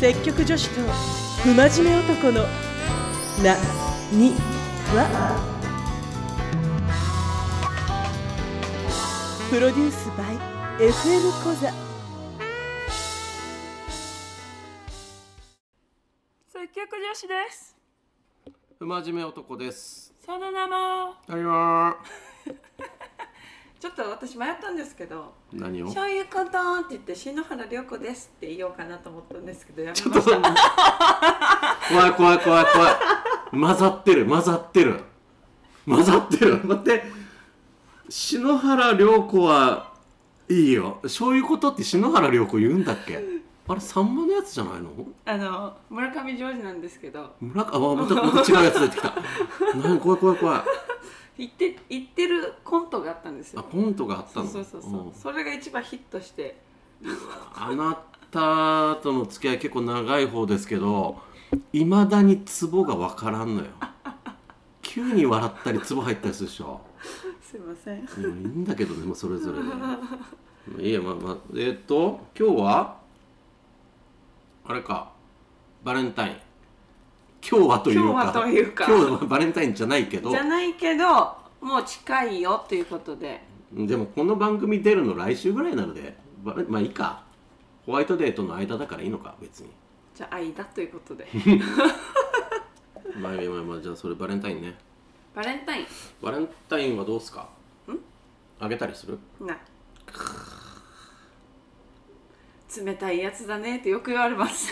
積極女子と不真面目男のなにはプロデュース by FM 小座積極女子です不真面目男です。その名もありまちょっと私迷ったんですけどー。何「を？そういうこと」って言って「篠原涼子です」って言おうかなと思ったんですけどやめちょっまとした怖い怖い怖い怖い。混ざってる混ざってる混ざってる。待って。篠原涼子はいいよ。そういうことって篠原涼子言うんだっけ？あれサンマのやつじゃないの？あの村上ジョージなんですけど村かあまたまた違うやつ出てきた。何怖い怖い怖い。言って言ってるコントがあったんですあよポントがあったその。うそうそうそんうそれが一番ヒットしてあなたとの付き合い結構長い方ですけどいまだにツボが分からんのよ急に笑ったりツボ入ったりするでしょすいませんいやいいんだけどねもうそれぞれでいいやまあまあえっ、と今日はあれかバレンタイン今日はというか今日はというか今日はバレンタインじゃないけどじゃないけどもう近いよということででもこの番組出るの来週ぐらいなのでバレまあいいかホワイトデーとの間だからいいのか別にじゃあ愛だということ でまあまあまあまあじゃあそれバレンタインねバレンタイバレンタインはどうすかんあげたりするンない冷たいやつだねってよく言われます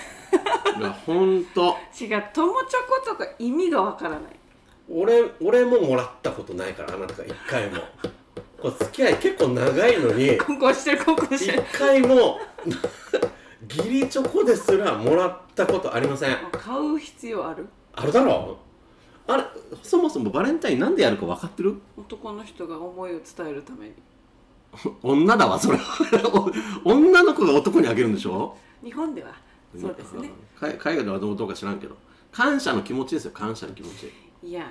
いやほんと違う友チョコとか意味がわからない俺俺ももらったことないからあなたが一回もこれ付き合い結構長いのにここしてるここして一るも回も ギリチョコですらもらったことありませんう買う必要あるあるだろうあれそもそもバレンタインなんでやるか分かってる男の人が思いを伝えるために女だわそれ 女の子が男にあげるんでしょ日本ではそうですね海海外ではどうどうか知らんけど感謝の気持ちですよ感謝の気持ちいや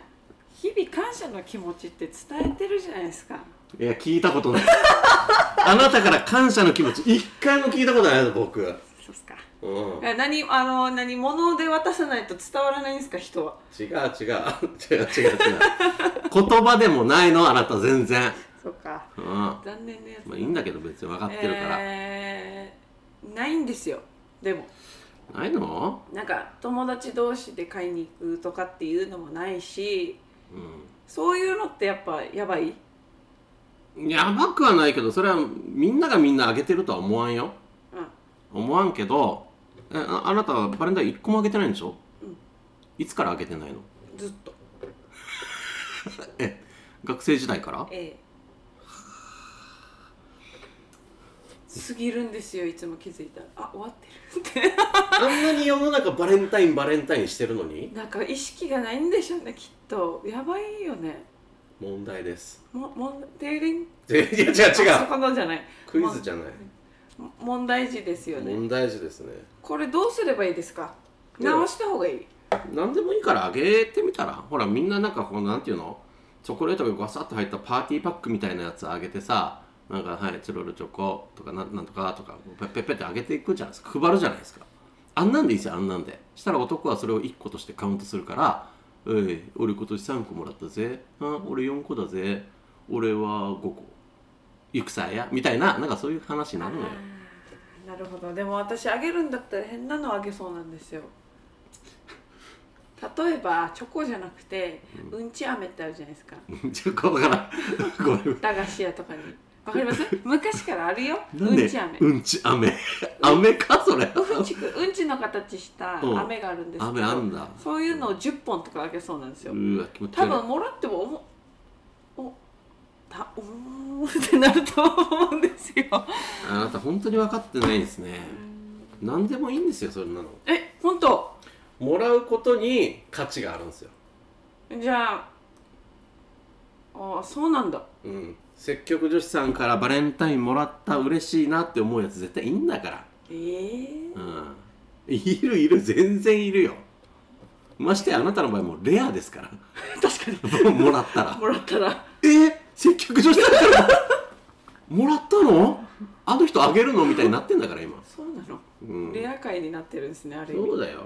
日々感謝の気持ちって伝えてるじゃないですかいや、聞いたことない。 あなたから感謝の気持ち、一回も聞いたことないの、僕。うん。そうっすか違う、何あの何物で渡さないと伝わらないんですか人は違う。違う、違う、違う。言葉でもないの、あなた、全然。そうかうん。ま残念なやつあ、いいんだけど、別に分かってるから。えーないんですよでもないのなんか友達同士で買いに行くとかっていうのもないしうそういうのってやっぱやばいん。やばくはないけど、それは、みんながみんなあげてるとは思わんよ。うん思わんけど、えああなたはバレンタイン一個もあげてないんでしょうんいつからあげてないのずっとえ、学生時代からええ過ぎるんですよいつも気づいたらあ終わってるってあんなに世の中バレンタインバレンタインしてるのに なんか意識がないんでしょうねきっとやばいよね問題です。もも停電いや違う違う。あそこのじゃないクイズじゃない。も問題児ですよね問題児ですね。これどうすればいいですかいや直した方がいい何でもいいからあげてみたら。ほらみんななんかこうなんていうのチョコレートがガサッと入ったパーティーパックみたいなやつあげてさ。なんかはいチロルチョコとかなんなんとかとかペッペッペッってあげていくじゃないですか配るじゃないですかあんなんでいいですよあんなんでしたら男はそれを1個としてカウントするから「おい俺今年3個もらったぜあ俺4個だぜ俺は5個行くさや」みたいななんかそういう話になるのよあーなるほどでも私あげるんだったら変なのあげそうなんですよ例えばチョコじゃなくてうんち飴ってあるじゃないですか ちょっとわからん。ごめん。駄菓子屋とかにわかり ます昔からあるよなんうでんち飴うんち飴。飴か、それ。うんちくうんちの形したうん飴があるんですけ飴あんどだ。そういうのを10本とかあげそうなんですようわ、気持ち多悪分もらってもおもおたおーってなると思うんですよい。あなた、本当に分かってないですね。何でもいいんですよ、そんなの。え本当もらうことに価値があるんですよ。じゃあああそうなんだうん。積極女子さんからバレンタインもらった嬉しいなって思うやつ絶対いいんだから。ええうん。いるいる、全然いるよ。ましてやあなたの場合もうレアですから 確かもらったらにもらったらえー、接客 女子だったらもらったのあの人あげるのみたいになってんだから今そうなんだろうん、レア会になってるんですねある意味そうだよ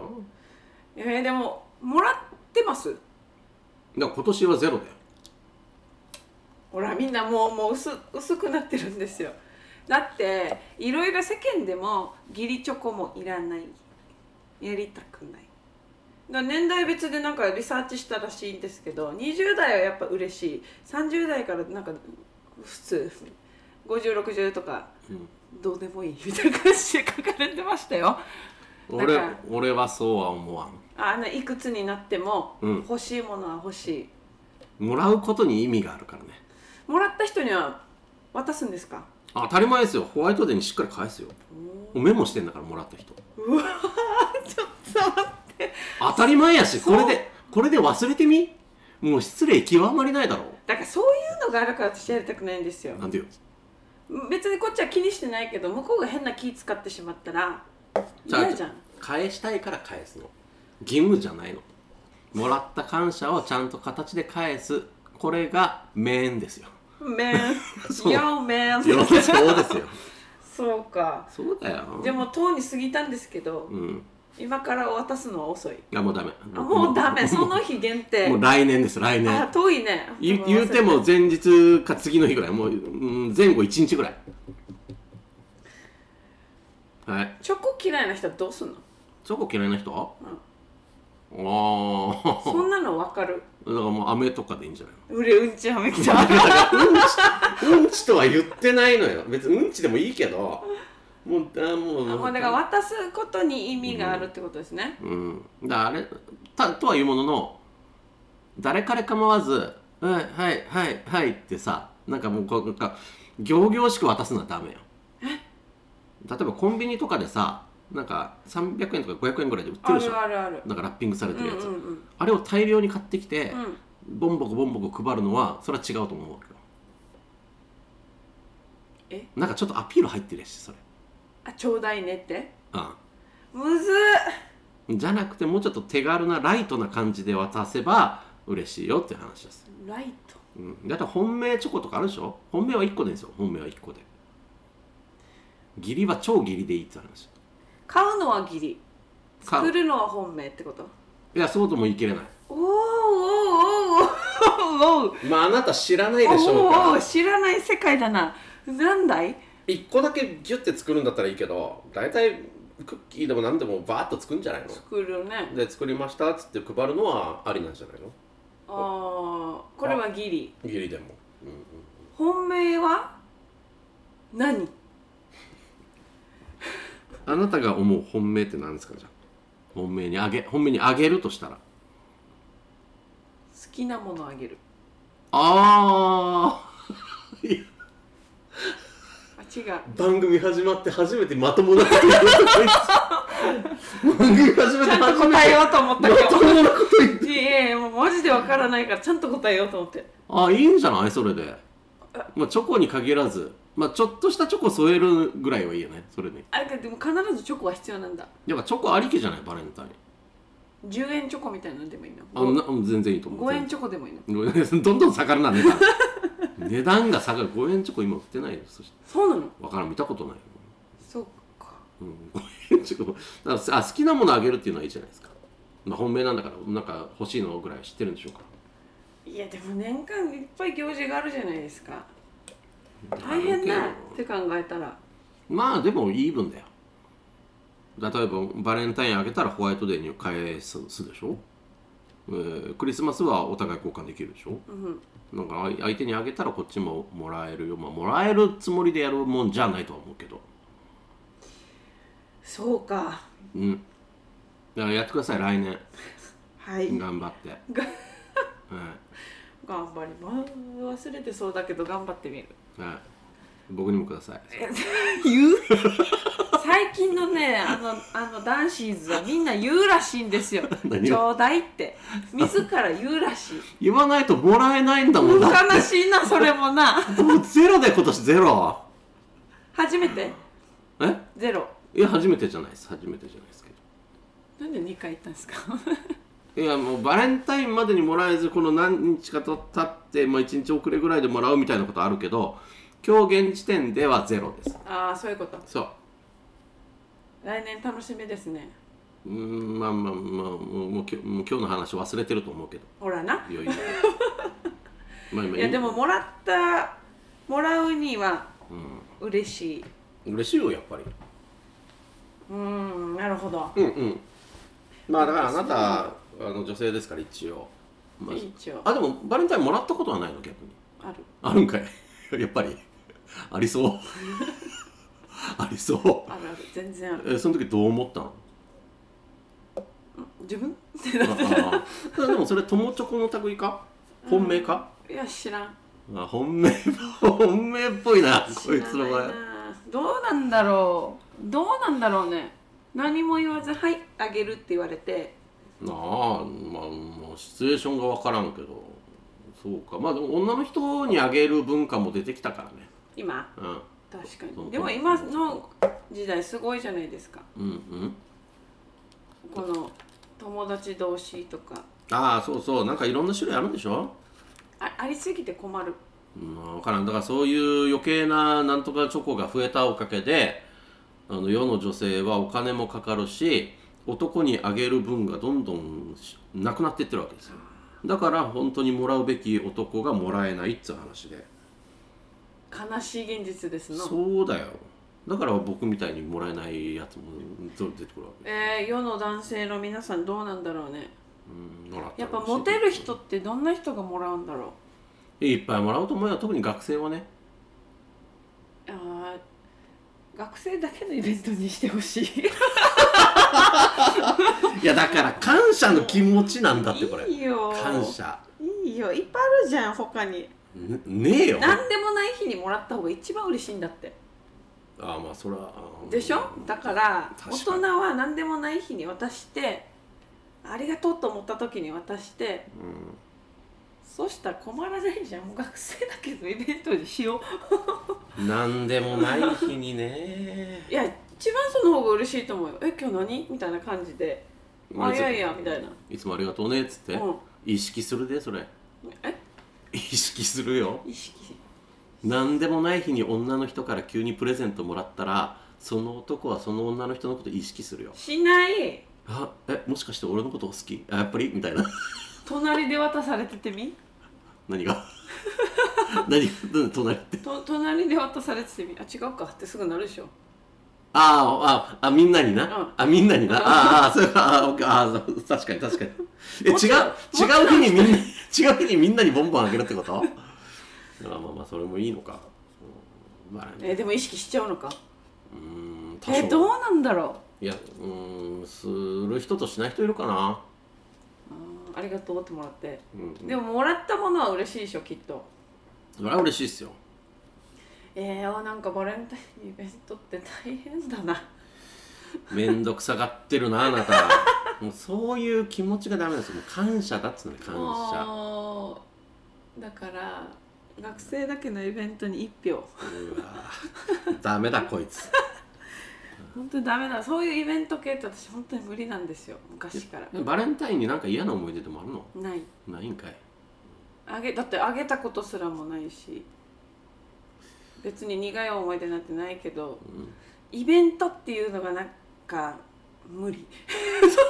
えーでももらってますだから今年はゼロだよほらみんなもうもう薄薄くなってるんですよだっていろいろ世間でも義理チョコもいらないやりたくないだから年代別でなんかリサーチしたらしいんですけど20代はやっぱ嬉しい30代からなんか普通5060とかうんどうでもいいみたいな感じで書かれてましたよ俺だから俺はそうは思わんあのいくつになってもうん欲しいものは欲しいもらうことに意味があるからねもらった人には渡すんですかあ当たり前ですよホワイトデーにしっかり返すよメモしてんだからもらった人ちょっと待って当たり前やしそこうれでこれで忘れてみもう失礼極まりないだろだからそういうのがあるから私やりたくないんですよなんでよ別にこっちは気にしてないけど向こうが変な気使ってしまったら嫌じゃん返したいから返すの義務じゃないのもらった感謝をちゃんと形で返すこれが面です よメ そンうよメンよそうですよ そうかそうだよでもとうに過ぎたんですけどうん今から渡すのは遅いいやもうダメあもうダメその日限定 もう来年です来あ年遠いね言う言うても前日か次の日ぐらいもう、うん、前後1日ぐらいはいチョコ嫌いな人はどうすんのチョコ嫌いな人ああそんなの分かるだからもう飴とかでいいんじゃないのうれうんちはめきちゃううんちとは言ってないのよ別にうんちでもいいけどもうあ もうあもうだから渡すことに意味があるってことですね、うんだからあれたとは言うものの誰彼構わず「うんはいはいはい」ってさなんかもうこうなんか仰々しく渡すのはダメよ例えばコンビニとかでさなんか300円とか500円ぐらいで売ってあるでしょるあるあるなんかラッピングされうんてうんるうやつ、んあれを大量に買ってきて、うんボンボコボンボコ配るのはそれは違うと思うわけよえなんかちょっとアピール入ってるやしそれあちょうだいねってうむずっんじゃなくてもうちょっと手軽なライトな感じで渡せば嬉しいよっていう話です、ライトうん、だって本命チョコとかあるでしょ本命は1個でいいんですよ本命は1個で義理は超義理でいいって話買うのは義理買う作るのは本命ってこといやそうとも言い切れないおーおーおーおーおー おーまああなた知らなおーおー知らない世界だな何だい1個だけギュッて作るんだったらいいけど大体クッキーでも何でもバーッと作るんじゃない作るねで作りましたっつって配るのはありなんじゃないのあーこれは義理義理でも、うんうん、本命は何あなたが思う本命って何ですかじゃあ本命にあげ本命にあげるとしたら好きなものあげるあああ違う番組始まって初めてまともなこと言ったこいつ番組始めちてゃんと初め答えてようと思った まけともなこと言っどいやいやもうマジでわからないからちゃんと答えようと思ってたあいいんじゃないそれでまあチョコに限らずまあちょっとしたチョコ添えるぐらいはいいよねそれであでも必ずチョコは必要なんだやっぱチョコありきじゃないバレンタイン10円チョコみたいなのでもいいのあなうん全然いいと思う5円チョコでもいいのごめんなさいどんどん下がるな値段値段が下がる5円チョコ今売ってないよそしてそうなのわからん見たことないよ、そうかうん、5円チョ コだからあ好きなものあげるっていうのはいいじゃないですか、まあ、本命なんだからなんか欲しいのぐらいは知ってるんでしょうかいやでも年間いっぱい行事があるじゃないですか大変あだるっけて考えたらどまあでもイーブンだよ例えばバレンタインあげたらホワイトデーに返すすでしょ、えークリスマスはお互い交換できるでしょうんなんかあい相手にあげたらこっちももらえるよ、まあ、もらえるつもりでやるもんじゃないとは思うけどそうかうん。だからやってください、来年。はい頑張 って。は頑張ります忘れてそうだけど頑張ってみるい。はい。僕にもください。言う最近のねあのあのダンシーズはみんな言うらしいんですよ「何をちょうだい」って自ら言うら しい言わないともらえないんだもんだ悲しいなそれもなって。もうゼロで今年ゼロ。初めてえゼロいや、初めてじゃないです。初めてじゃないですけなんで2回言ったんですか ど。いや、もうバレンタインまでにもらえず、この何日かと経って、まあ一日遅れぐらいでもらうみたいなことあるけど、今日現時点ではゼロです。ああそういうことそう。来年楽しみですねうーんまあまあまあもうもう今日もう今日の話忘れてると思うけどほらない よいよまあ今いやでも、もらったもらうにはう嬉しいん、嬉しいよやっぱりうーんなるほどうんうんまあだからあなたあの女性ですから一応、まあ一応あでもバレンタインもらったことはないの逆にあるあるんかい やっぱりありそう ありそうあるある全然あるえその時どう思ったの自分 っあてなってああでもそれ友チョコの類か本命か、いや知らんあ本命本命っぽいなこいつの知ら場ない合などうなんだろうどうなんだろうね何も言わず「はいあげる」って言われてなあまあもうシチュエーションが分からんけどそうかまあでも女の人にあげる文化も出てきたからね今うん確かそうそにうでも今の時代すごいじゃないですかうんうんこの友達同士とかああそうそうなんかいろんな種類あるんでしょあありすぎて困るうん分からんだからそういう余計ななんとかチョコが増えたおかげであの世の女性はお金もかかるし男にあげる分がどんどんしなくなっていってるわけですよだから本当にもらうべき男がもらえないっつう話で悲しい現実ですのそうだよだから僕みたいにもらえないやつもどんどん出てくるわけえー世の男性の皆さんどうなんだろうねうんもらたやらっぱ嬉しいモテる人ってどんな人がもらうんだろいっぱいもらうと思うよ特に学生はねうあー学生だけのイベントにしてほしいいやだから感謝の気持ちなんだってこれいいよ感謝いいよいっぱいあるじゃん他にねねえよ何でもない日にもらった方が一番嬉しいんだってああまあそれはあーでしょだから確か大に人は何でもない日に渡してありがとうと思った時に渡してうんそうしたら困らないじゃんもう学生だけどイベントにしよなんでもない日にねういや一番その方が嬉しいと思うよえ今日何みたいな感じで あいやいやみたいなつもありがとうねっつって、うん意識するでそれえ意識するよ意識何でもない日に女の人から急にプレゼントもらったらその男はその女の人のこと意識するよしないあえもしかして俺のこと好きあやっぱりみたいな隣で渡されててみ何が 何がうん隣ってと隣で渡されててみあ違うかってすぐなるでしょあーああみんなにな、うんあみんなにな、あーあーそうかあーオッケーあーそう確かに確かにえ違う違もちろんう日にみんな違う日にみんなにボンボンあげるってこと あーまあまあそれもいいのか、うん、まあえねでも意識しちゃうのかうーん多えどう少なんだろいやうーんする人としない人いるかな、ううんありがとうってもらってうん、でももらったものは嬉しいでしょきっとそれは嬉しいっすよえー、あなんかバレンタインイベントって大変だなめんどくさがってるなあなた もうそういう気持ちがダメなんですよもう感謝だっつうの感謝もうだから学生だけのイベントに1票うわーダメだこ いつ本当にダメだそういうイベント系って私本当に無理なんですよ昔からバレンタインになんか嫌な思い出でもあるのないないんかいあげだってあげたことすらもないし別に苦い思い出なんてないけどイベントっていうのがなんか無理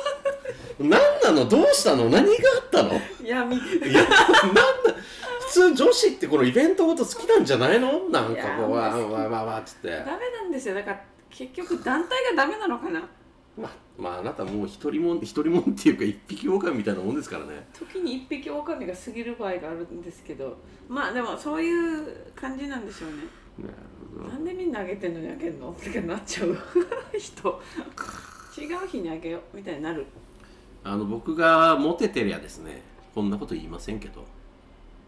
何なのどうしたの何があったの闇いやなんだ普通女子ってこのイベントごと好きなんじゃないのなんかこういやわーわーわーわーっつってダメなんですよだから結局団体がダメなのかなままああなたもう一人もん一人もんっていうか一匹狼みたいなもんですからね時に一匹狼が過ぎる場合があるんですけどまあでもそういう感じなんでしょうねなるほなんでみんなあげてんのにあげんのってなっちゃう 人違う日にあげようみたいになるあの僕がモテてりゃですねこんなこと言いませんけど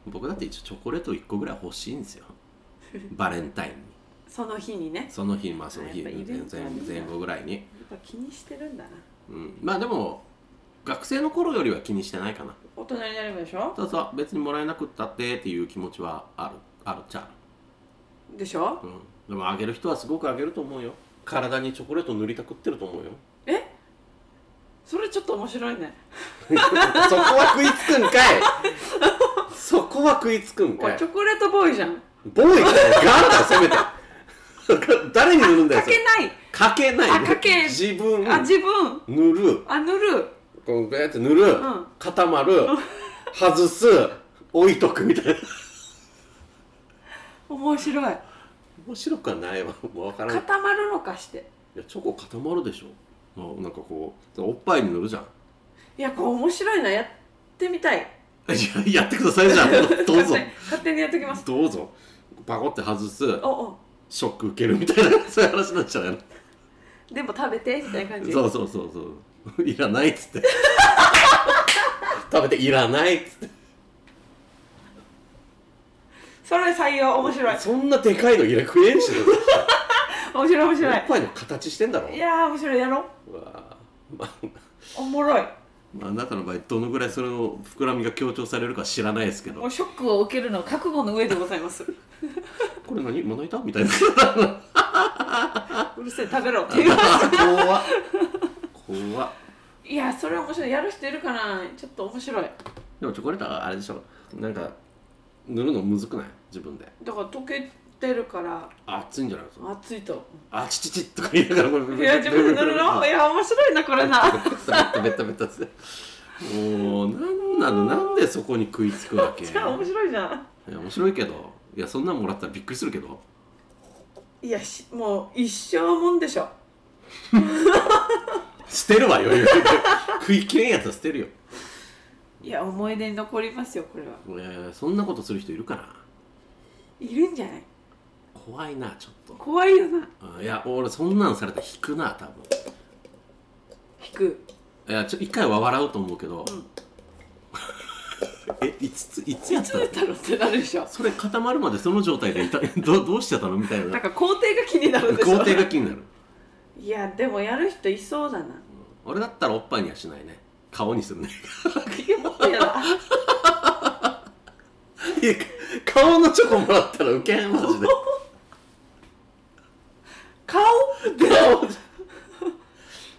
僕だって一応チョコレート1個ぐらい欲しいんですよバレンタインにその日にねその日まあその日あやっぱイベントはね前前後ぐらいにやっぱ気にしてるんだなうん、まあでも学生の頃よりは気にしてないかな大人になればでしょそうそう別にもらえなくったってっていう気持ちはあるあるっちゃでしょある、うん、でもあげる人はすごくあげると思うよ体にチョコレート塗りたくってると思うよえそれちょっと面白いねそこは食いつくんかいそこは食いつくんこかれいチョコレートボーイじゃんボーイかよガールだよせめて誰に塗るんだよかそけれないかけないあかけ自分あ自分塗るあ塗るこうやって塗る、ん固まる外す置いとくみたいな面白い面白くはないわもう分からんい固まるのかしてやチョコ固まるでしょあなんかこうおっぱいに塗るじゃんいやこれ面白いなやってみたいいややってくださいじ ゃん どう勝ぞ手に勝手にやってきますどうぞパコって外すおおショック受けるみたいな そういう話になっちゃうやろでも食べてみたいな感じそうそうそうそういらないっつ って食べていらないっつってそれ採用面白いそんなでかいのいら食えんしお面白い面白っぱいの形してんだろいいやー面白いやろうわぁまあおもろいまあ、あなたの場合どのぐらいそれを膨らみが強調されるか知らないですけもどうショックを受けるのは覚悟の上でございます うこれ何まな板みたいな るせえ食べろっていう怖っ怖っいやそれ面白いやる人いるかなちょっと面白いでもチョコレートはあれでしょなんか塗るのむずくない自分でだから溶けてるから熱いんじゃないですか熱いとあちちちとか言いながらこれいや自分で塗るのいや面白いなこれ なベタベタベタベタってもうなんなのなんでそこに食いつくわけ いじゃあ面白いじゃんや面白いけどいやそんなんもらったらびっくりするけどいやしもう一生もんでしょ捨てるわよ 食いきれんやつは捨てるよいや思い出に残りますよこれはえーそんなことする人いるかないるんじゃない怖いなちょっと怖いよなあいや俺そんなんされたら引くな多分引くいやちょ一回は笑うと思うけど、ん えいついついやっつただのったのってなるでしょそれ固まるまでその状態でいた どどうしてたのみたいなんなか工程が気になるでし工ょ程が気になるいやでもやる人いそうだな俺だったらおっぱいにはしないね顔にするね いやもっとやだいや顔のチョコもらったらウケんマジで顔顔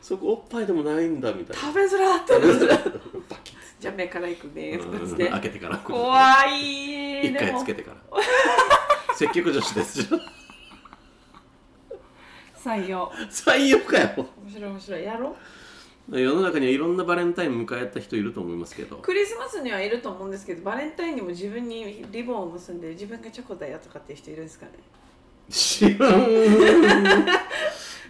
そこおっぱいでもないんだみたいな食べづらってなるじゃあ目からいくねとかうしんて開けてから怖い一で回もつけてから積極女子です採用 採用かよ面白い面白いやろ世の中にはいろんなバレンタイン迎えた人いると思いますけどクリスマスにはいると思うんですけどバレンタインにも自分にリボンを結んで自分がチョコだよとかっていう人いるんですかね知らん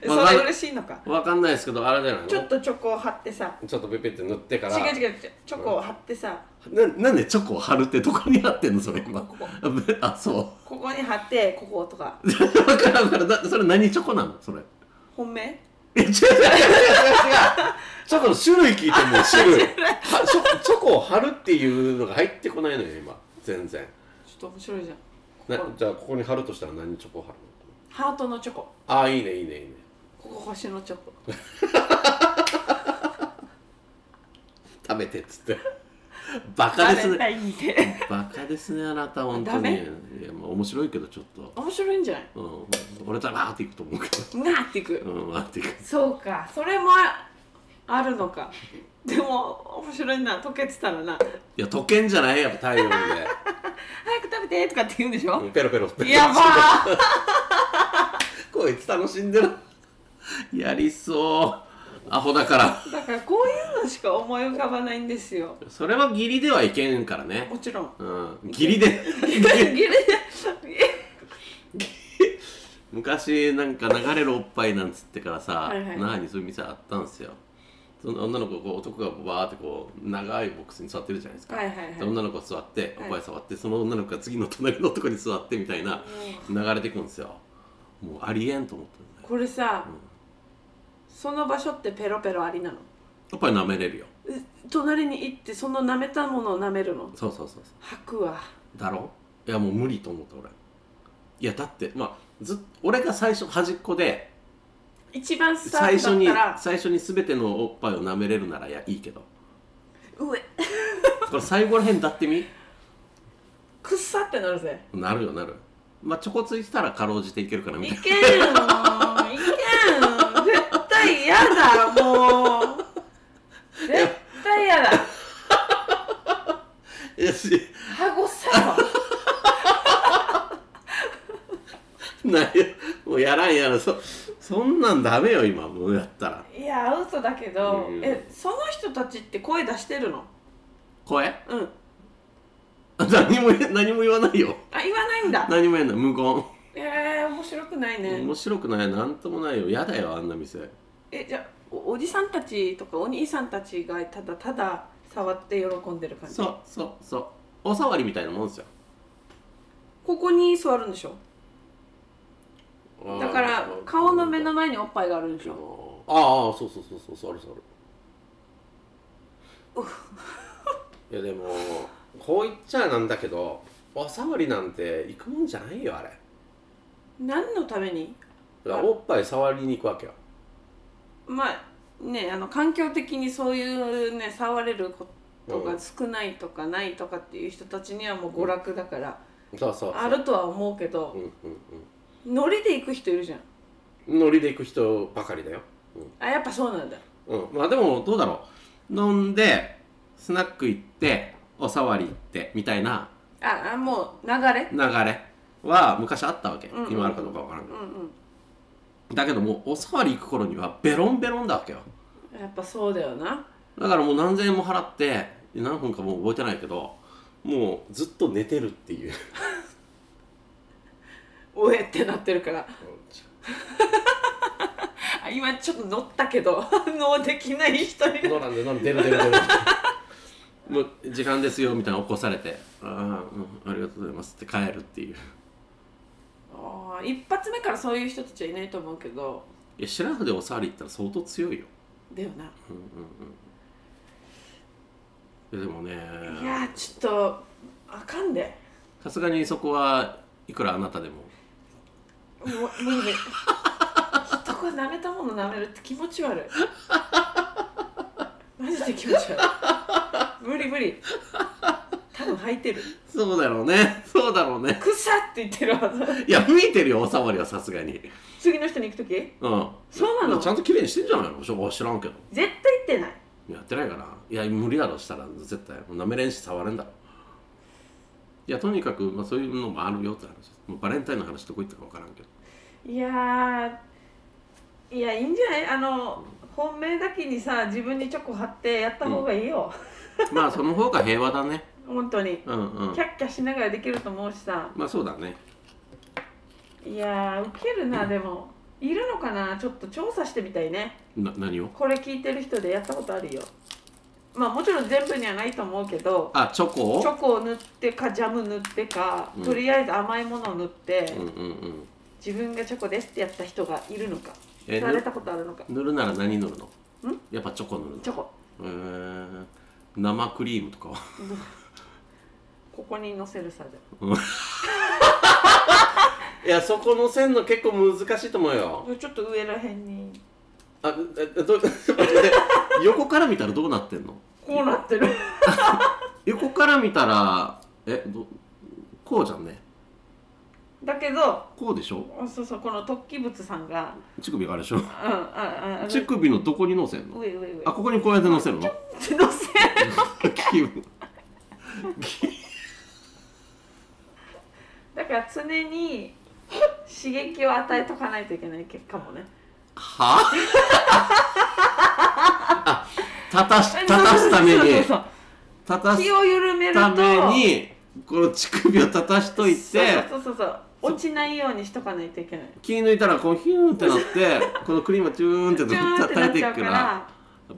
そわかるれ嬉しいのかわかんないですけどあれじゃないのちょっとチョコを貼ってさちょっとペペって塗ってから違う違う違うチョコを貼ってさななんでチョコを貼るってどこに貼ってんのそれ今ここあそここに貼ってこことかうわからんわからんだそれ何チョコなのそれ本命え違う違う違う違 う違うチョコの種類聞いてもう種類はチョチョコを貼るっていうのが入ってこないのよ今全然ちょっと面白いじゃんなここじゃあここに貼るとしたら何チョコを貼るのハートのチョコああいいねいいねいいねここ星のチョコ食べてっつってババカでレすンねタインにてバカですねあなた本当ダにいメやまあ面白いけどちょっと、面白いんじゃないうん、俺たらわーっていくと思うけなっていくどうんわーっていくそうかそれもああるのかでも面白いな溶けてたらないや溶けんじゃないやっぱ太陽で、早く食べてとかって言うんでしょ、 うんペロペロってやばーこいつ楽しんでるやりそうアホだからだからこういうのしか思い浮かばないんですよそれは義理ではいけんからねもちろんうん義理でギリ昔なんか流れるおっぱいなんつってからさはいはい那覇にそういう店あったんですよその女の子こう男がバーってこう長いボックスに座ってるじゃないですか、はいはいはいで女の子座っておはっいぱい触って、その女の子が次の隣の男に座ってみたいな流れてくんですよもうありえんと思ったんだよこれさ、うんその場所ってペロペロありなのやっぱり舐めれるよう隣に行ってその舐めたものを舐めるのそうそうそうそ吐くわうだろいやもう無理と思った俺いやだってまあずっ俺が最初端っこで一番スタ最ー初トにだったら最初に全てのおっぱいを舐めれるならいやいいけど上これ最後らへんだってみくっさってなるぜなるよなるまあちょこついてたらかろうじていけるかなみいたけいんいけん絶対嫌だもう絶対嫌だなよし歯ごさよなんやもうやらんやらそそんなんダメよ今もうやったらいやアウトだけど、うんえその人たちって声出してるの声うん 何も言え何も言わないよあ言わないんだ何も言えない無言えー、面白くないね面白くないなんともないよやだよあんな店えじゃあおおじさんたちとかお兄さんたちがただただ触って喜んでる感じそうそうそうおさわりみたいなもんですよここに座るんでしょだから顔の目の前におっぱいがあるんでしあょーあーそうそうそうそうそうあるそうあ るいやでもこう言っちゃなんだけどおさわりなんて行くもんじゃないよあれ何のためにだからおっぱい触りに行くわけよまあねあの環境的にそういうね触れることうがん少ないとかないとかっていう人たちにはもう娯楽だから、そうそうそうあるとは思うけどうんうんノリで行く人いるじゃんうんノリで行く人ばかりだよあやっぱそうなんだうんまあでもどうだろう飲んでスナック行っておさわり行ってみたいなああもう流れ流れは昔あったわけ、うんうん今あるかどうかわからんうけんど、うだけどもうおさわり行く頃にはベロンベロンだわけよんやっぱそうだよなだからもう何千円も払って何分かもう覚えてないけどもうずっと寝てるっていうおえってなってるからあ今ちょっと乗ったけど 反応できない人にどうなんでなんで出る出る出る もう時間ですよみたいな起こされて「ああ、うん、ありがとうございます」って帰るっていうあー一発目からそういう人たちはいないと思うけどいや白髪でおさわり行ったら相当強いよだよなうんうんうんいやでもいねやーちょっとあかんでさすがにそこはいくらあなたでももう無理無理人が舐めたもの舐めるって気持ち悪 いマジで気持ち悪い無理無理多分吐いてるそうだろうね そうだろうねくさって言ってるはずいや吹いてるよおさわりはさすがに次の人に行く時うんそうなのちゃんと綺麗にしてんじゃないのしょ知らんけど絶対行ってないやってないかないや無理だろしたら絶対もうなめれんし触れんだろいやとにかく、まあ、そういうのもあるよって話ですもうバレンタインの話どこ行ったか分からんけど いやーいやいいんじゃないあの本命だけにさ自分にチョコ貼ってやった方がいいよ、まあその方が平和だね本当にうんうんキャッキャしながらできると思うしさまあそうだねいやーウケるなでもいるのかなちょっと調査してみたいねな何をこれ聞いてる人でやったことあるよまあもちろん全部にはないと思うけどあチョコをチョコを塗ってかジャム塗ってか、うんとりあえず甘いものを塗って、うんうんうん自分がチョコですってやった人がいるのかえされたことあるのか塗るなら何塗るのんやっぱチョコ塗るのチョコえー、生クリームとかはここに載せるさじゃいやそこの線の結構難しいと思うよちょっと上らへんにあえ どで横から見たらどうなってんのこうなってる横から見たらえどこうじゃんねだけどこうでしょそうそうこの突起物さんが乳首があるでしょうんあああ乳首のどこに乗せんの上上上あここにこうやって乗せるのちょっと乗せ気分だから常に刺激を与えとかないといけない結果もね は ああ立たし立たすためにそう立そうそうたす気を緩めるとためにこの乳首を立たしといてそうそうそうそう落ちないようにしとかないといけない気抜いたらこうヒューンってなって このクリームがチューンってチューンって垂なれっていちゃくうかからら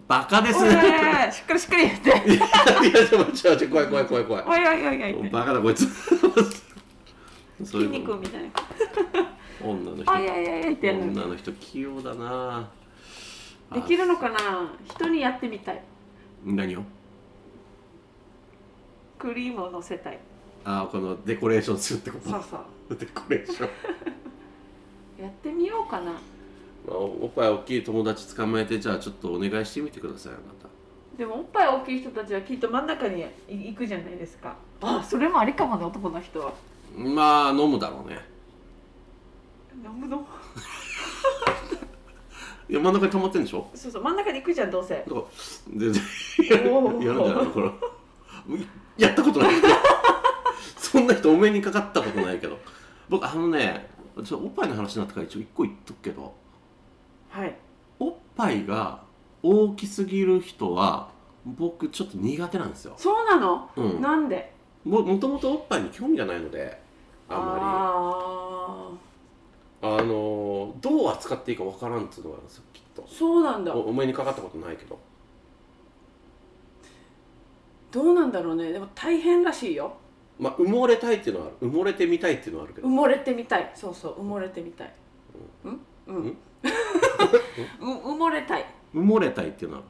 バカですおいねおいおいおいしっかりしっかり言って いやいやちょっと待って怖い怖い怖い怖いおいおいおいおいってバカだこ いつそう筋いう肉みたいな女おのいおいお人いおいってやる女の人器用だなあできるのかな人にやってみたい何をクリームをのせたいあこのデコレーションするってこそうとそうデコレーションやってみようかなまあおっぱい大きい友達捕まえてじゃあちょっとお願いしてみてくださいあなたでもおっぱい大きい人たちはきっと真ん中に行くじゃないですかあそれもありかもね男の人はまあ飲むだろうね飲むのいや真ん中に溜まってんでしょそうそう真ん中に行くじゃんどうせだから全然おーやるんじゃないのこれやったことない そんな人お目にかかったことないけど僕あのねちょっとおっぱいの話になったから一応一個言っとくけどはいおっぱいが大きすぎる人は僕ちょっと苦手なんですよ、そうなの、うん、なんでももともとおっぱいに興味がないのであんまありあのーどう扱っていいかわからんっつうのがあるんですよきっとーそうなんだおお前にかかったことないけどどうなんだろうねでも大変らしいよまあ埋もれたいっていうのはある埋もれてみたいっていうのはあるけど埋もれてみたいそうそう埋もれてみたいうん うんんう埋もれたい埋もれたいっていうのは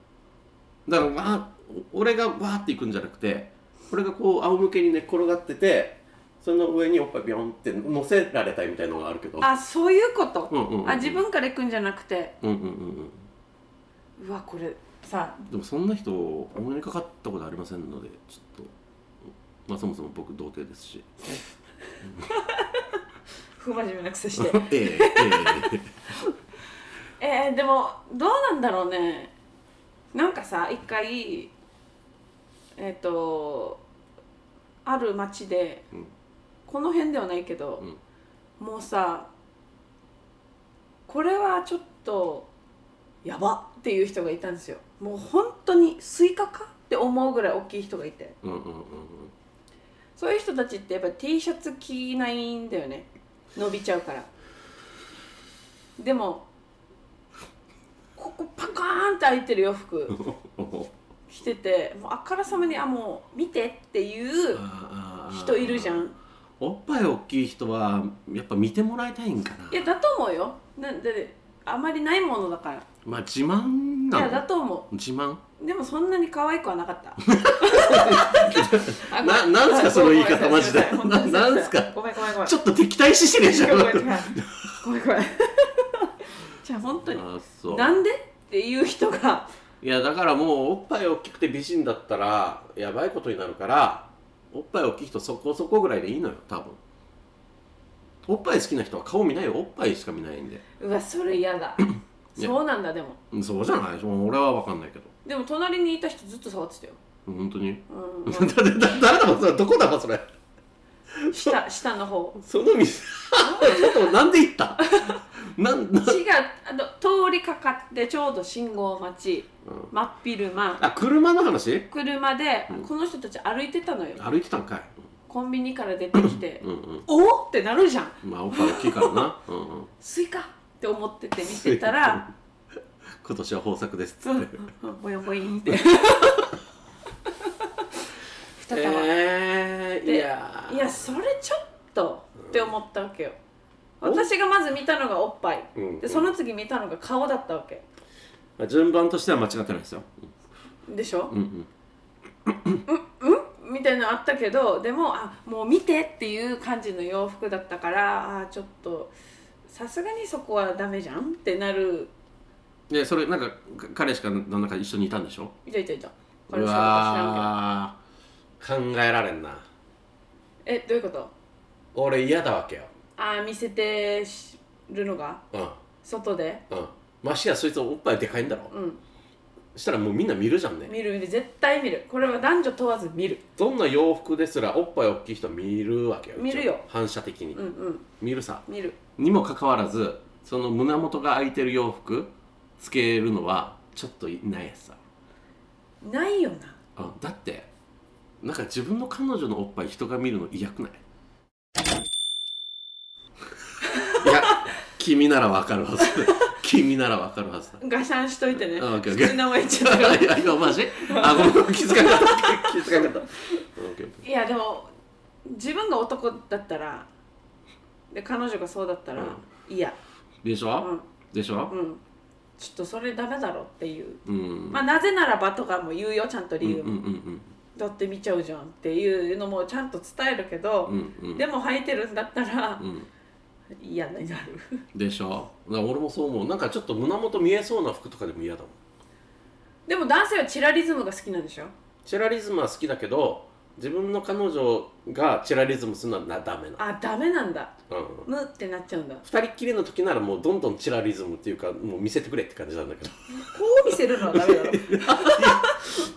だからまあお俺がわーっていくんじゃなくて俺がこう仰向けに寝っ転がっててその上におっぱいビョンって乗せられたいみたいなのがあるけどあそういうこと、うんうんうん、あ自分から行くんじゃなくてうんうんうんうんうわこれさでもそんな人お目にかかったことありませんのでちょっとまあそもそも僕童貞ですし不真面目なくせしてえええええー、でもどうなんだろうねなんかさ一回えっ、とある町で、うんこの辺ではないけど、もうさこれはちょっとやばっていう人がいたんですよもう本当にスイカかって思うぐらい大きい人がいてうんうんうんうんそういう人たちってやっぱ T シャツ着ないんだよね伸びちゃうからでもここパカーンって開いてる洋服おお着ててもうあからさまに「あもう見て」っていうあー人いるじゃんおっぱい大きい人はやっぱ見てもらいたいんかないやだと思うよなんであまりないものだからいまあ自慢やなだのと思自慢うでもそんなに可愛くはなかったあ ななんすかその言い方ごめマんジでごめなんごめなんごめすかごめんごめんごめん ちょっと敵対視してねえじゃんごめんごめんごめんごめんじゃあ本当にあそうなんでっていう人がいやだからもうおっぱい大きくて美人だったらやばいことになるからおっぱい大きい人そこそこぐらいでいいのよ多分おっぱい好きな人は顔見ないよおっぱいしか見ないんでうわそれ嫌だ いやそうなんだでもうんそうじゃないもう俺は分かんないけどでも隣にいた人ずっと触ってたよ、うん本当に うんだだだ誰だかそれどこだかそれ下下の方その店ちょっとなんで行ったなんなん、違うあの通りかかってちょうど信号待ちうん真っ昼間あ車の話車でうんこの人たち歩いてたのよ歩いてたんかいコンビニから出てきてうんうんおおってなるじゃんまあおっぱい大きいからなうんうんスイカって思ってて見てたら 今年は豊作ですっつうってんうん ボヨボイン って二玉、えー、でいやーいやそれちょっとって思ったわけよ私がまず見たのがおっぱいうんうんでその次見たのが顔だったわけまあ順番としては間違ってないですよ。でしょうんうん、みたいなのあったけどでもあもう見てっていう感じの洋服だったからあーちょっとさすがにそこはダメじゃんってなるでそれなんかか彼しかなんか一緒にいたんでしょいたいたいたこうれしか知らんけどわー考えられんなえどういうこと俺嫌だわけよあー見せてしるのがうん外でうんましてやそいつおっぱいでかいんだろうんしたらもうみんな見るじゃんね見る見る絶対見るこれは男女問わず見るどんな洋服ですらおっぱい大きい人見るわけよ見るよ一応反射的に、うんうん見るさ見るにもかかわらずその胸元が開いてる洋服つけるのはちょっとないやつさないよなあだってなんか自分の彼女のおっぱい人が見るの 嫌くないいや君ならわかるはず君ならわかるはずだガシャンしといてね。あオッケーオッケー口の前行っちゃった から。いや今マジあごめん気づかなかった気づかなかったうんオッケーオッケいやでも自分が男だったらで彼女がそうだったら、いやーでしうょんでしょうんちょっとそれダメだろっていう、うんまあなぜならばとかも言うよちゃんとうん理うん由うも、んだって見ちゃうじゃんっていうのもちゃんと伝えるけうど、んうんでも履いてるんだったらうん嫌になるでしょだから俺もそう思うなんかちょっと胸元見えそうな服とかでも嫌だもんでも男性はチラリズムが好きなんでしょチェラリズムは好きだけど自分の彼女がチェラリズムするのはなダメなあダメなんだうんむってなっちゃうんだこ二人っきりの時ならもうどんどんチラリズムっていうかもう見せてくれって感じなんだけど う見せるのはダメだろ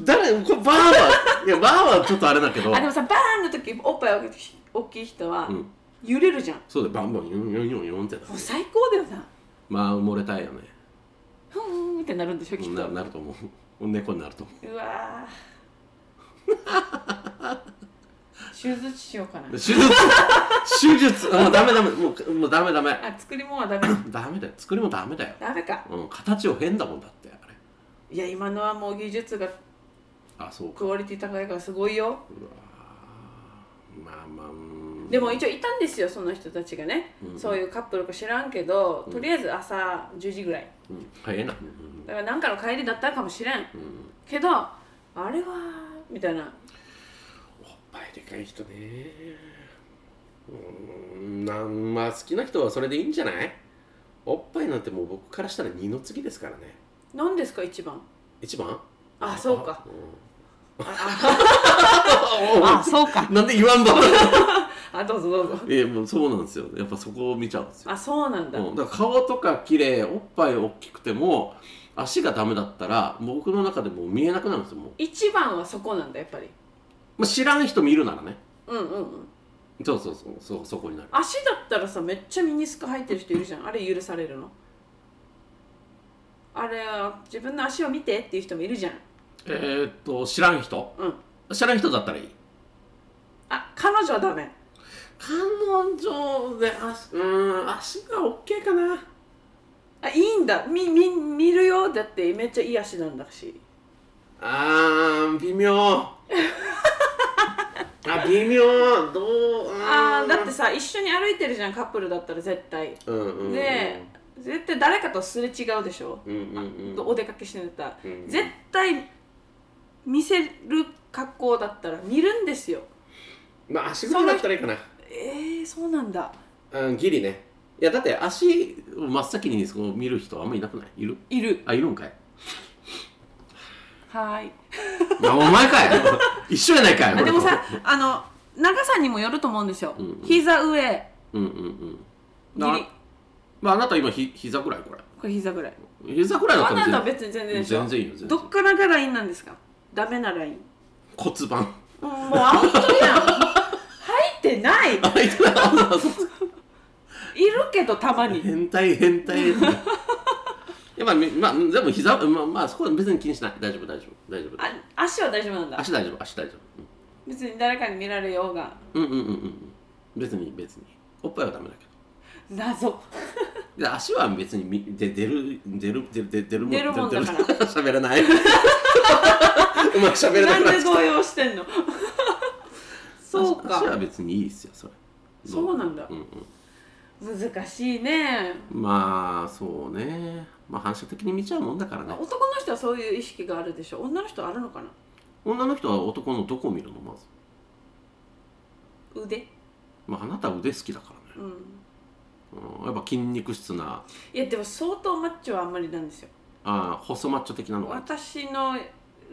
誰これバーはいやバーはちょっとあれだけどあでもさバーンの時おっぱい大きい大きい人はうん、揺れるじゃんそうだよバンバンヨンヨンヨンヨンってなもう最高だよなまあ埋もれたいよねってなるんでしょきっなとなると思う猫になると思うわ ー手術しようかなう手術 手術あもうダメダメもうもうダメダメあ作り物はダメダメだよ作りもダメだよ、ダメかうん、形を変だもんだってあれいや今のはもう技術があそうかクオリティ高いからすごいようわーまあまあうんでも一応いたんですよその人たちがね、うんそういうカップルか知らんけど、うんとりあえず朝10時ぐらいうん早いなだから何かの帰りだったかもしれんうん、うん、けどあれはみたいなおっぱいでかい人ねうんなんまあ好きな人はそれでいいんじゃないおっぱいなんてもう僕からしたら二の次ですからね何ですか一番一番あそうかうんおいそうかなんで言わんば あどうぞど うぞえもうそうなんですよやっぱそこを見ちゃうんですよあそうなんだ、うん、だから顔とか綺麗おっぱい大きくても足がダメだったら僕の中でもう見えなくなるんですよもう、一番はそこなんだやっぱりまあ、知らん人見るならねうんうんうんそうそうそうそうそこになる足だったらさめっちゃミニスカ入ってる人いるじゃんあれ許されるのあれ自分の足を見てっていう人もいるじゃんえー、っと知らん人うん知らん人だったらいいあ彼女はダメ彼女で足うん足が OK かなあいいんだみみ見るよだってめっちゃいい足なんだしあー微妙 あ微妙どうあーだってさ一緒に歩いてるじゃんカップルだったら絶対うんうんうんで絶対誰かとすれ違うでしょ、うんうんうんお出かけしてんだったら、うん絶対見せる格好だったら見るんですよまあ足ぐらいだったらいいかなえー、そうなんだうん、ギリね。いや、だって足を真っ先にその見る人あんまりいなくないいるいるあ、いるんかいはーいあ、お前かい 一緒やないかいあでもさ、あの長さにもよると思うんですよ、うんうん膝上うんうんうん。ギリなまあ、あなた今ひ、膝くらいここれ膝ぐらいれ。膝くらいだっあたなたはら全別に全然然でしょ全然いいよ、全ど然。っからがラインなんですかダメなライン骨盤。もうアウトやん入ってないいあ、いたな。るけどたまに変態、変態。いやまあ、みまあ、でも膝、まあ、まあ、そこは別に気にしない。大丈夫、大丈夫、大丈あ夫。足は大丈夫なんだ足大丈夫、足大丈別に誰かに見られようが夫。うんうんうんうんうん。別に、別に。おっぱいはダメだけど。謎で足は別にみで出る出る出る出る出るもん出るもんだから喋 らないうまく喋れななくんなっちゃでった動揺してんの そう足足はか別にいいっすよそれそうなんだうんうん、難しいねまあそうねまあ反射的に見ちゃうもんだからね男の人はそういう意識があるでしょ女の人はあるのかな女の人は男のどこを見るのまず腕まああなたは腕好きだからうね、んうん、やっぱ筋肉質ないやでも相当マッチョはあんまりなんですよあー細マッチョ的なのが私の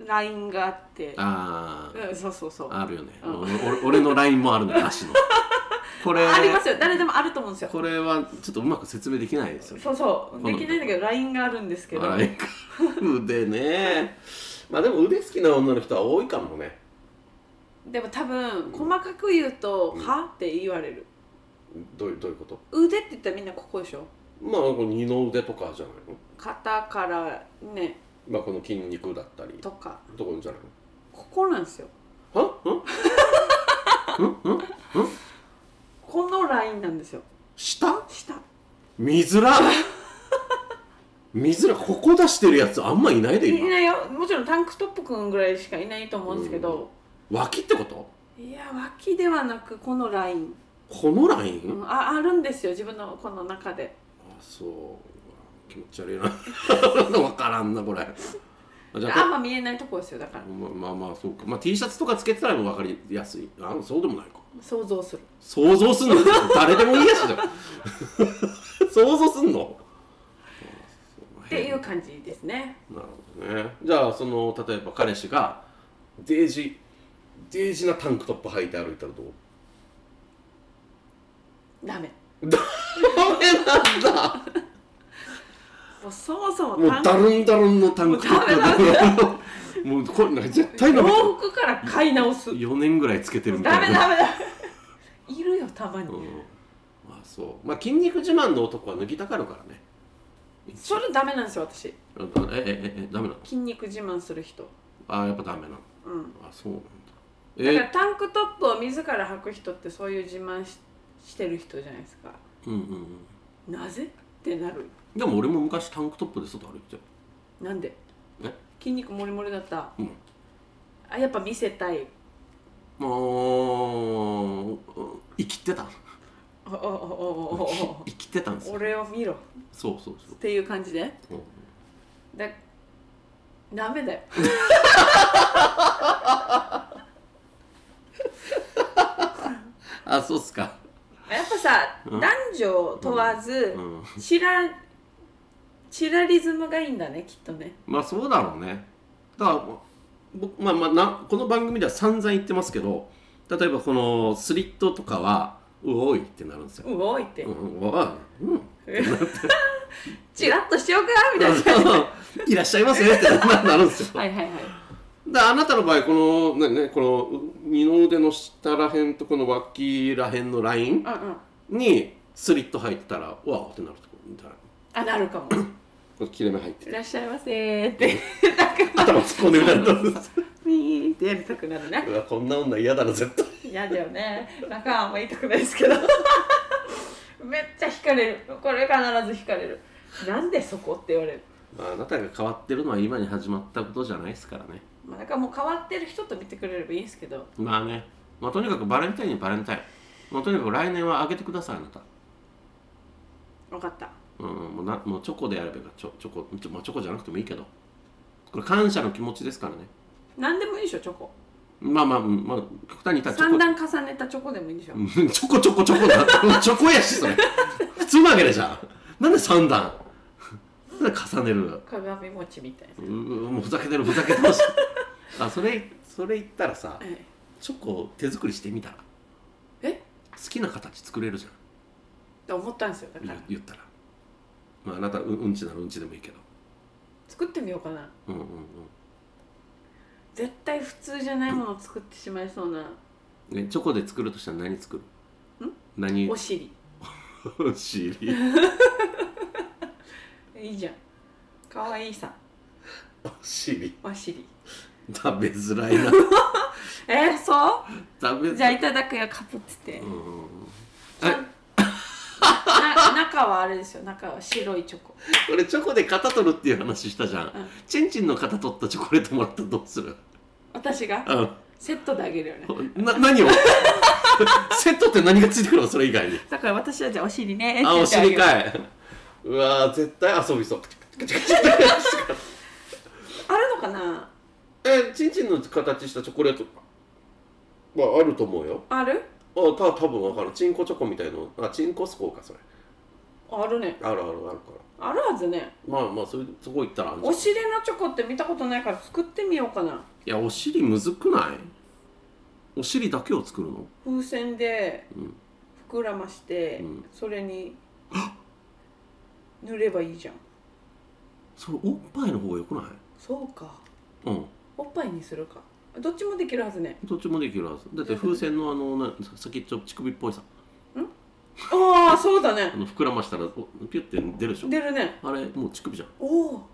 ラインがあってあーうんそうそうそうああるよね、うん俺俺のラインもあるのよ 足のこれりますよ誰でもあると思うんですよこれはちょっとうまく説明できないですよねそうそうできないんだけどラインがあるんですけど笑いか腕ねまあでも腕好きな女の人は多いかもねでも多分細かく言うと「は?」って言われるどういうどういうこと腕って言ったらみんなここでしょまあこの二の腕とかじゃないの肩からねまあこの筋肉だったりとかとこじゃないここなんですよのはん このラインなんですよ下下見づら見づらここ出してるやつあんまいないでい今ないよもちろんタンクトップくんぐらいしかいないと思うんですけど、脇ってこといや脇ではなくこのライン、このライン、うんああるんですよ自分のこの中であそううわ気持ち悪いなわからんな これあじゃああんま見えないとこですよだからままあまあそうか、まあ、T シャツとかつけてたら分かりやすいあそうでもないか想像する想像すんの誰でもいいやつだよ想像すん のっていう感じですねなるほどねじゃあその例えば彼氏がデージデージなタンクトップ履いて歩いたらどうダメダメ なんだもうそもそももうダルンダルンのタンクトップだからもうこれなんか絶対洋ダメだ服から買い直す4年ぐらいつけてるみたダいなメダメダ メいるよたまに、うんまあそうまあ筋肉自慢の男は脱ぎたがるからねそれダメなんですよ私ええええダメなの筋肉自慢する人あやっぱダメなのうんあそうなんだだからえタンクトップを自ら履く人ってそういう自慢ししてる人じゃないですかうんうんうんなぜってなるでも俺も昔タンクトップで外歩いてたよなんでえ筋肉もりもりだった、うんあやっぱ見せたいもう生きてたおおおおおお生きてたんです よ俺を見ろっそうそうそうていう感じでうんだダメ だよあそうっすかやっぱさ、うん男女問わず、うんチラチラリズムがいいんだねきっとねまあそうだろうねだから僕まあまあなこの番組では散々言ってますけど例えばこのスリットとかは「うおい」ってなるんですようおいって、 「うんうおい」うん チラッとしておくなみたいな「いらっしゃいませ」ってなるんですよはいはいはいであなたの場合この,、ねね、この二の腕の下らへんとこの脇らへんのラインうんうんにスリット入ってたら「うわお」ってなるとこみたいなあなるかもこれ切れ目入っているらっしゃいませーって頭突っ込んでみたいウなィーンってやりたくなるねうわこんな女嫌だな絶対嫌だよね中はあんま言いたくないですけどめっちゃ惹かれるこれ必ず惹かれるなんでそこって言われるまあ、あなたが変わってるのは今に始まったことじゃないですからねまあなんかもう変わってる人と見てくれればいいんですけどまあね、まあ、とにかくバレンタインにバレンタイン、まあ、とにかく来年はあげてくださいあなた分かったうんうんもうなもうチョコでやればいいからチョチョコちょまあ、チョコじゃなくてもいいけどこれ感謝の気持ちですからね何でもいいでしょチョコまあまあ、うんまあ、極端に言ったら三段重ねたチョコでもいいでしょチョコ チョコチョコチョコだ チョコやしそれ普通なわけでじゃんなんで3段なんで重ねる鏡餅みたいなううもうふざけてるふざけてます あそれそれ言ったらさえチョコを手作りしてみたらえ好きな形作れるじゃんって思ったんですよだから言言ったらまああなたううんちならうんちでもいいけど作ってみようかなうんうん絶対普通じゃないものを作ってしまいそうなうんねチョコで作るとしたら何作る何お尻 お尻いいじゃん可愛いさお尻お尻食べづらい なえー、そ食べうづじゃらあいいただくよカプってて、うんうんうんなえな 中はあれですよ中は白いチョコこれチョコで型取るっていう話したじゃん、うんチンチンの型取ったチョコレートもらったらどうする私がうセットであげるよねんな何を セットって何がついてくるのそれ以外にだから私はじゃあお尻ねって あ言おってあげ尻るかいうわー絶対遊びそう あるのかなえチンチンの形したチョコレートはあると思うよあるあた多分わかるチンコチョコみたいのあチンコスコーかそれあるねあるあるあるからあるはずねまあまあそれそこ行ったらあるじゃんお尻のチョコって見たことないから作ってみようかないやお尻むずくないお尻だけを作るの風船でうん膨らまして、うんそれに塗ればいいじゃんそれおっぱいの方がよくないそうかうんおっぱいにするかどっちもできるはずねどっちもできるはずだって風船のあのな先っちょ乳首っぽいさああそうだあねの膨らましたらおピュッて出るでしょ出るねあれもう乳首じゃんおお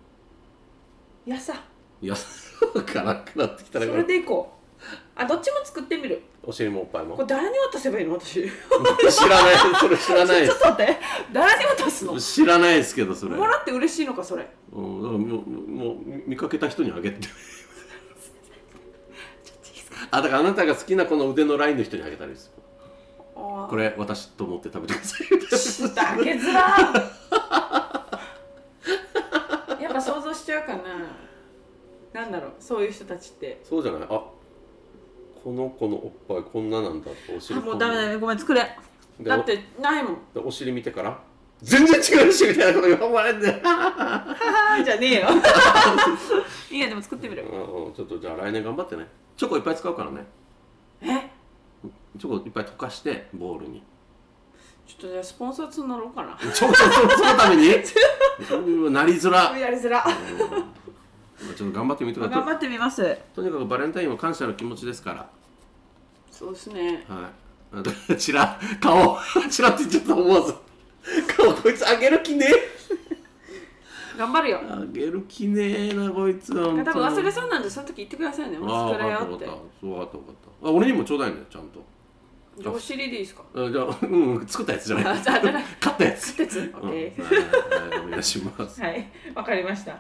やさいや辛くなってきたそられでいこうあどっちも作ってみるお尻もおっぱいもこれ誰に渡せばいいの私ち知らないそれ知らないょっと待って誰に渡すの知らないですけどそれもらって嬉しいのかそれうん、だからもうもう見かけた人にあげてあだからあなたが好きなこの腕のラインの人にあげたらいいですよここれ私と思って食べてく ださいだけづらー やっぱ想像しちゃうかななんだろうそういう人たちってそうじゃないあこの子のおっぱいこんななんだっておあ尻もうダメだねごめん作れでだってないもんおでお尻見てから全然違うしみたいなこと言われてうんはーじゃねえ よいいやでも作ってみるうんちょっとじゃあ来年頑張ってねチョコいっぱい使うからねえチョコいっぱい溶かしてボウルにちょっとじゃあスポンサーつなろうかな ちょっとそそのためにうーなり づらやり づらうんちょっと頑張ってみてくださ頑張いってみますとにかくバレンタインは感謝の気持ちですかそうですねらはいあとチラ 顔チラって言っちゃった思わず顔こいつあげる気ねえ頑張るよあげる気ねえなこいつは多本分当に忘れそうなんでその時言ってくださいねあおあ疲れ分かったよ分ってかった分かった分かったあ俺にもちょうだいねちゃんとじゃあお尻でいいですかあじゃあうん作ったやつじゃないあじゃあじゃない 買ったやつつ鉄オうんッケはいはいお願いしますーはいわかりました